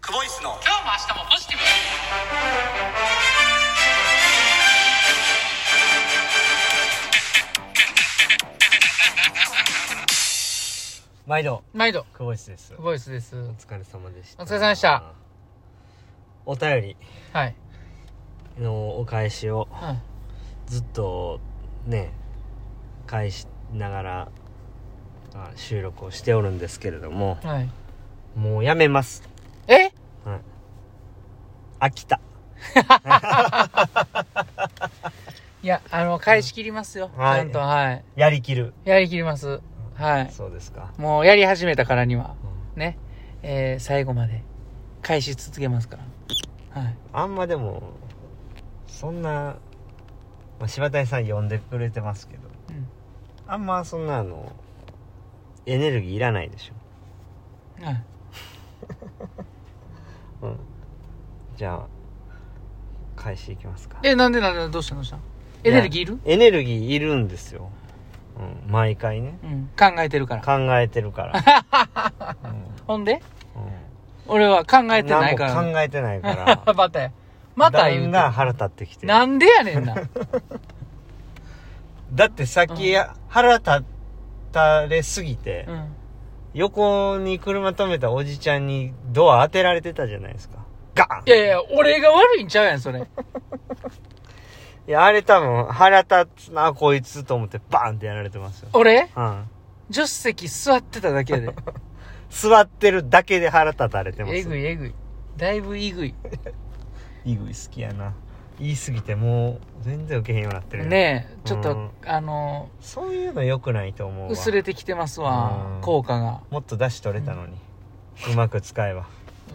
クボイスの今日も明日もポジティブ毎度毎度久保石ですボイスですお疲れ様でしたお疲れ様でしたお便りはい、のお返しをうん、はいずっとね返しながらあ収録をしておるんですけれどももうやめますえ飽きたいやあの返し切りますよ、はいちゃんとはいやりきるやり切りますはいそうですか、もうやり始めたからにはうんねえー、最後まで返し続けますからはいあんまでもそんな、まあ、柴谷さん呼んでくれてますけどうんあんまそんなあのエネルギーいらないでしょはいうんじゃあ返していきますかえなんでなんでどうしたのどうしたのエネルギーいるやエネルギーいるんですよ、うん、毎回ねうん考えてるから考えてるから、 ほんでうんうん俺は考えてないか何らも考えてないからまたや また言だうんてだん腹立ってきてなんでやねん なだってさっき、う腹立たれすぎて、うん横に車止めたおじちゃんにドア当てられてたじゃないですかガーンいやいや俺が悪いんちゃうやんそれいやあれ多分腹立つなこいつと思ってバーンってやられてますよ、俺うん、助手席座ってただ けやで座ってるだけで腹立たれてますえぐいえぐいだいぶえぐいイグイ好きやな言い過ぎてもう全然ウケへんようになってるやんねえちょっと、うんあのそういうの良くないと思うわ薄れてきてますうわん効果がもっと出し取れたのに、うまく使えば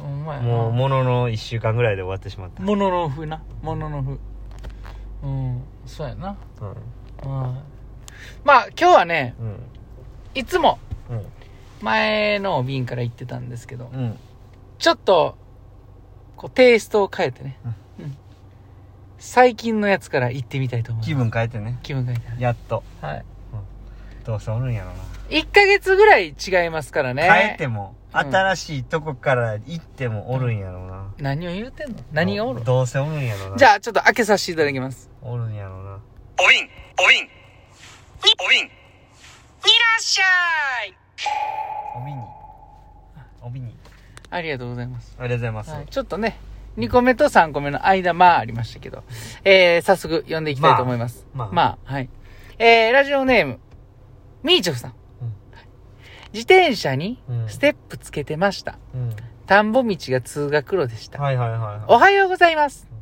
お前もうものの1週間ぐらいで終わってしまった、もののふなもののふうんそうやなうんうんまあ今日はねうんいつもうん前の便から言ってたんですけど、うんちょっとこうテイストを変えてね、うん最近のやつから行ってみたいと思い気ます分変えてね気分変えてねやっとはいどうせおるんやろな、 1ヶ月ぐらい違いますからね変えてもうん新しいとこから行ってもおるんやろな、何を言うてんの何がおるどうせおるんやろなじゃああちょっと開けさせていただきますおるんやろなおびんおびんおびんいらっしゃいおびにおびにありがとうございます、ありがとうございます、はい、ちょっとね2個目と3個目の間まあありましたけど、えー、早速読んでいきたいと思いますまあまあまあはいえー、ラジオネームみーちょふさん、うんはい自転車にうんステップつけてました、うん、田んぼ道が通学路でした、はいはいはいはいおはようございますうん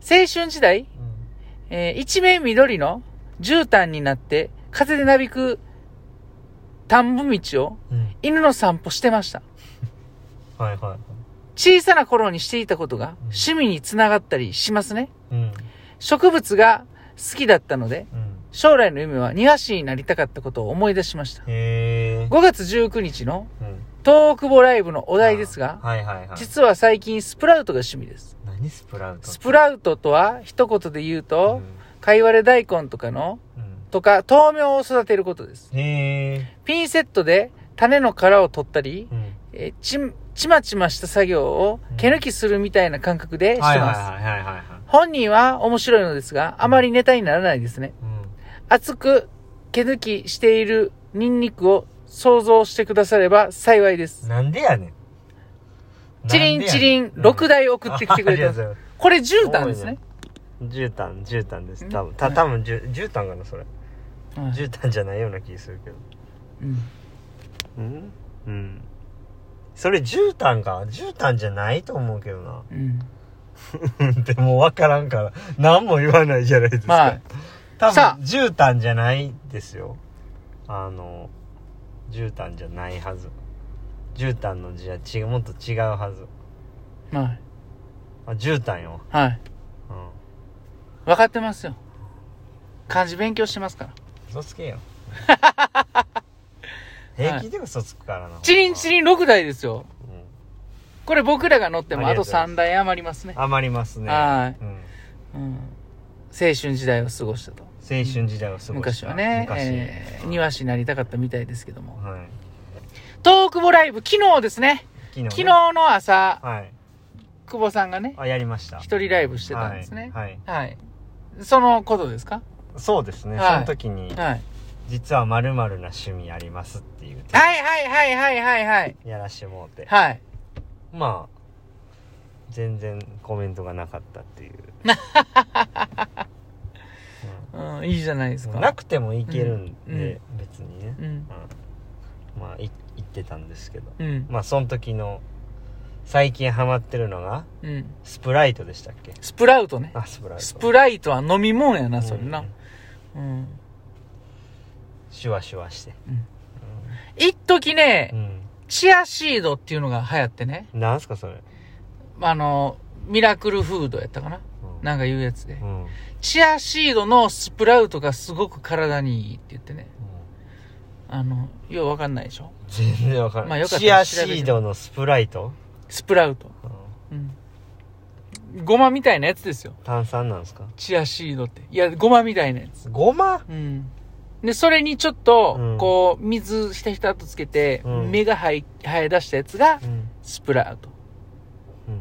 青春時代えー一面緑の絨毯になって風でなびく田んぼ道をうんうん犬の散歩してました。はいはいはい小さな頃にしていたことがうん趣味につながったりしますね。うん植物が好きだったので、うん将来の夢は庭師になりたかったことを思い出しました。へえ5月19日のうん東久保ライブのお題ですが、はいはいはい実は最近スプラウトが趣味です。何スプラウトスプラウトとは一言で言うと、かいわれ大根とかの、うんうんとか豆苗を育てることです。へえピンセットで種の殻を取ったり、うんえーちん、ちまちました作業を毛抜きするみたいな感覚でしてまはいす。はいはいはいはいはい本人は面白いのですが、あまりネタにならないですね。うん熱く毛抜きしているニンニクを想像してくだされば幸いです。なんでやねんチリンチリン6台台送ってきてくれた。これ絨毯ですね。絨毯絨毯です多分うたん多分じゅ絨毯かなそれはい絨毯じゃないような気するけどうんうんうんそれ絨毯か絨毯じゃないと思うけどな うんうんでも分からんから何も言わないじゃないですか、まあ多さあ分絨毯じゃないですよあの絨毯じゃないはず絨毯の字は違うもっと違うはずまあ絨毯よ、あ、はい。うん、分かってますよ。漢字勉強してますから。嘘 つけよ平気で嘘つくからな、チリンチリン、リン6台ですよ。うんこれ僕らが乗ってもあありがととうございます3台余りますね。余りますね、はいうん、うん、青春時代を過ごしたと青春時代を過ごした昔はね、昔、えー庭師になりたかったみたいですけどもはい、トークボライブ昨日ですね昨日ね昨日の朝、はい久保さんがね、あやりました一人ライブしてたんですね。はい、はいはい。そのことですかそうですね、はいその時にはい。 「実はまるな趣味あります」っていうはいはいはいはいはいはい。やらしてもうてはい。まあ全然コメントがなかったっていう、うん、いいじゃないですなか。くてもいけるんで、別にねう、ん。うんまあい行ってたんですけどうん。まあその時の最近ハマってるのがうん。スプライトでしたっけスプラウトね。あスプライトスプライトは飲み物やな、それう。なんうん。シュワシュワして一時ねう、ん、チアシードっていうのが流行ってね。うん、なんすかそれ、あの、ミラクルフードやったかなうんなんかいうやつでう。んうんチアシードのスプラウトがすごく体にいいって言ってね。あの、ようわかんないでしょ全然わからない、まあよかったチらア調べシてードのスプライト、スプラウト。うんうん。ごまみたいなやつですよ。炭酸なんですかチアシードって。いや、ごまみたいなやつ。ごまうん。で、それにちょっと、うんこう、水ひたひたっとつけて、うん目が生え、生え出したやつがう、んスプラウト。うん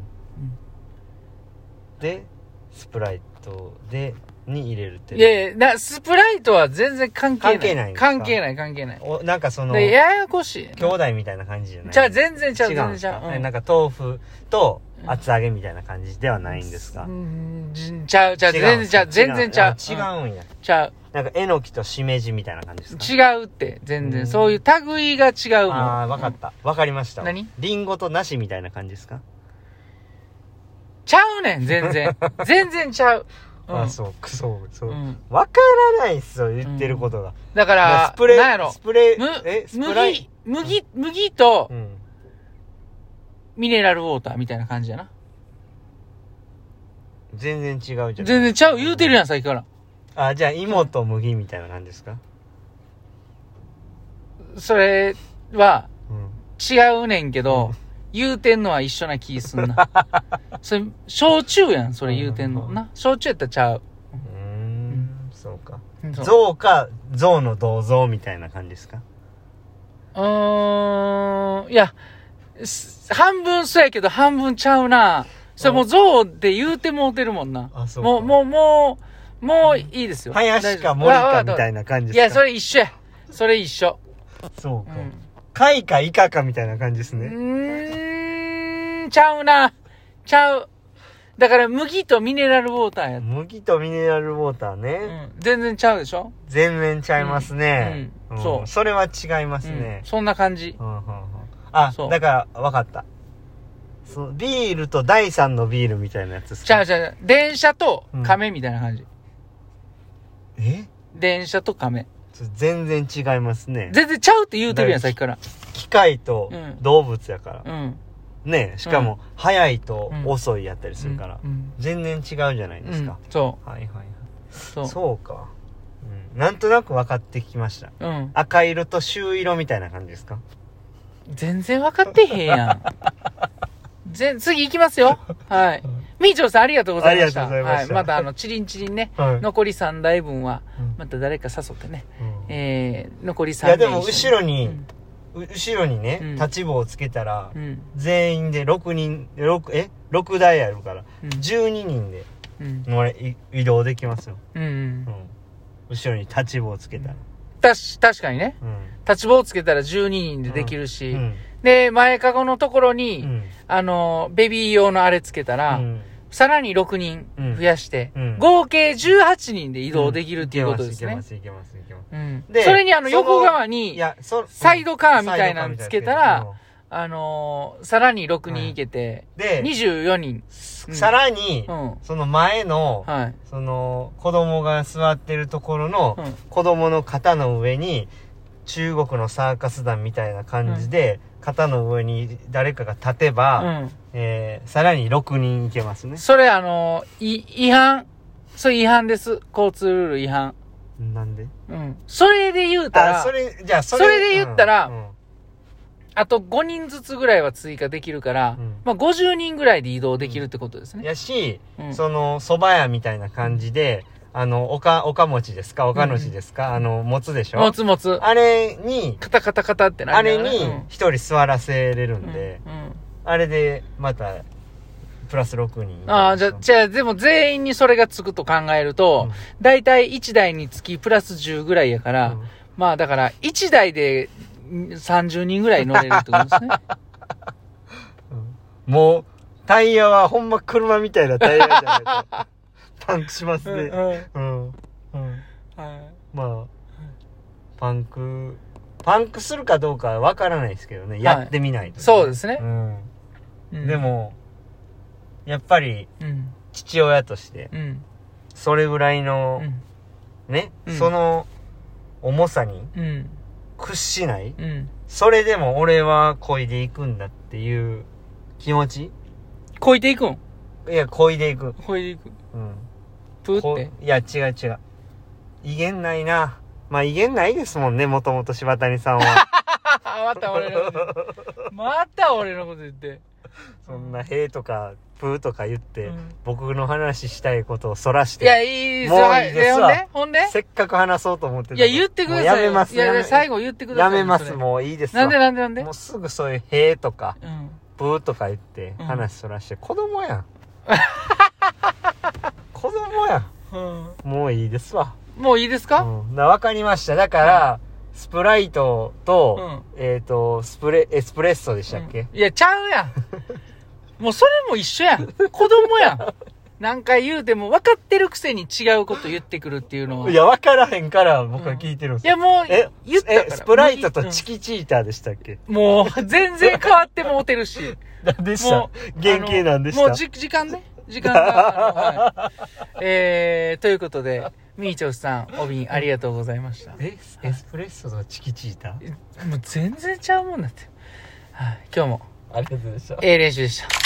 でスプライトでに入れるっていやいや、な、スプライトは全然関係ない。関係ないんですか関係ない、関係ない。おなんかそので兄ややこしい。弟みたいな感じじゃないじゃあ全然ちゃう、違全うん然ですちゃかう。うえんなんか豆腐と厚揚げみたいな感じではないんですか、うん、じちゃう、ちゃう、違全うん然ですちゃかう、全然ちゃう。あ違うんや、うん。ちゃう。なんかえのきとしめじみたいな感じですか違うって、全う然。んそういう類が違うもん。ああわかっうんたわかりました何リンゴと梨みたいな感じですか、ちゃうねん、全 然。全然ちゃう。うんあそうくそうそうう、ん。わからないっすよ言ってることが、だかまあら、スプレなんやーろス。プレむーえスプライ麦、麦、麦とうんミネラルウォーターみたいな感じやな。全然違うじゃん全然ちゃう、言うてるやん、さっきから。あじゃあ芋と麦みたいな感じですかそれは、うん違うねんけど、言うてんのは一緒な気すん な。それ、焼酎やん、それ言うてんの。な、焼酎やったらちゃう。うーんそうかう。象か象の銅像みたいな感じですかうーん、いや、す半分そうやけど半分ちゃうな。それもう象で言うてもうてるもんな。あそうかもう、もう、もう、もういいですよ。林か森かみたいな。な感いじですかや、それ一緒や。それ一緒。そううか、ん。貝かイカかみたいな感じですうね、ーん、ちゃうな。ちゃう。だから麦とミネラルウォーターや。麦とミネラルウォーターね、うん。全然ちゃうでしょ全然ちゃいますね、うんうんそうそれは違いますうんね、そんな感じ。うんうんうんあそうだから分かったそうビールと第三のビールみたいなやつですちゃかうちゃうちゃう。電車と亀みたいな感じ。え電車と亀。ちょ全然違いますね全然ちゃうって言うてるやん、さっきから。機械とうん動物やからう、ん。ねしかも早いとうん遅いやったりするから、うん。全然違うじゃないですか、うんそ。はいはいはいうそう。そうか、うん、なんとなく分かってきましたうん。赤色と朱色みたいな感じですか全然分かってへん やん。ぜ次行きますよ。はい。みーちょうさんありがとうございました。ありがとうございましたはい。またあの、チリンチリンね。はい残り3台分は、うんまた誰か誘ってね。うんえー、残り3いや台でも後ろに、うんう後ろにね、うん立ち棒をつけたら、うん。全員で6人6え6台あるから、うん12人でうん。乗れい移動できますよ、うんうん。後ろに立ち棒をつけたらたし、確かにね。うん、立ち棒つけたら12人でできるうし。んで、前かごのところうに、んあの、ベビー用のあれつけたら、うんさらに6人増やして、うん合計18人で移動できるっていうことですいけまね。すいけますいけますいけまうん。でそれにあのその横側すいに、やそサイドカーみたいなのつけたらサイドカーみあのーさらに6人いけて、たいなやつけどで、 24人。さらに、うん。その前の、はい。その子供が座ってるところの、うん子供の肩の上に中国のサーカス団みたいな感じで、肩の上に誰かが立てば、うえーさらに6人いけますねん。それあのーい、違反。それ違反です。交通ルール違反。なんでうん。それで言うたら、ああそれじゃあそそれで言ったらうんうんと5人ずつぐらいは追加できるから、うんまあ50人ぐらいで移動できるってことですね。やし、うんその蕎麦屋みたいな感じであのおかおかもちですかおかのちですか、あのもつでしょもつもつ。あれにカタカタカタってなありれながらにうん一人座らせれるんで、うんあれでまたプラス6人ああ、じゃ、じゃあ、でも全員にそれがつくと考えると、だいたい1台につきプラス10ぐらいやかうら、んうんまあだから、1台でん30人ぐらい乗れるってことですね。もうタイヤはほんま車みたいなタイヤじゃ ないとパンクしますね うん、うん、まあパンクパンクするかどうかわからないですけどね、いやってみないとそうですねんうんで、もやっぱりうん、父親としてうん、それぐらいうの、ん、ね、うんその重さにうん、屈しないうん。それでも俺は漕いでいくんだっていう気持ちこいていくんいや漕いでいくこいていく。うんプーこ って。いや違う違う威厳ないなまあ威厳ないですもんねもともと柴谷さん はまた俺のこ と言って。また俺のこと言って。そんな「へ」とか「ぷ」とか言って、うん僕の話したいことをそらしいや、ていい、もうそれいいですほんわでほんでせっかく話そうと思ってたいや、言ってくださいもうよ。やめますいや、やめ最後言ってくださやいめまそすれもういいですわなんでなんでなんでもうすぐそういう「へ」とかうん。 「ぷ」とか言ってうん話そらして、子供やん 子供やんもういいですわもういいですか、うん、な分かりましただから、スプライトと、えっ、とスプレエスプレッソでしたっけ、うんいや、ちゃうや ん。もうそれも一緒やん。子供やん。何回言うても分かってるくせに違うこと言ってくるっていうのは。いいや、や、わからへんから僕は聞いてるんですよ。もうえ、言ったから。え、スプライトとチキ、キチーターでしたっけうんもう全然変わってもうてるし。何でしもたう、原型なんでしあたのもうじ時間ね。時間が、あのはい えー、ということで、みーちょうさん、お瓶ありがとうございました。え、エスプレッソとチキチーターもう全然ちゃうもんだって。はい、今日も、ありがとうございました。ええ練習でした。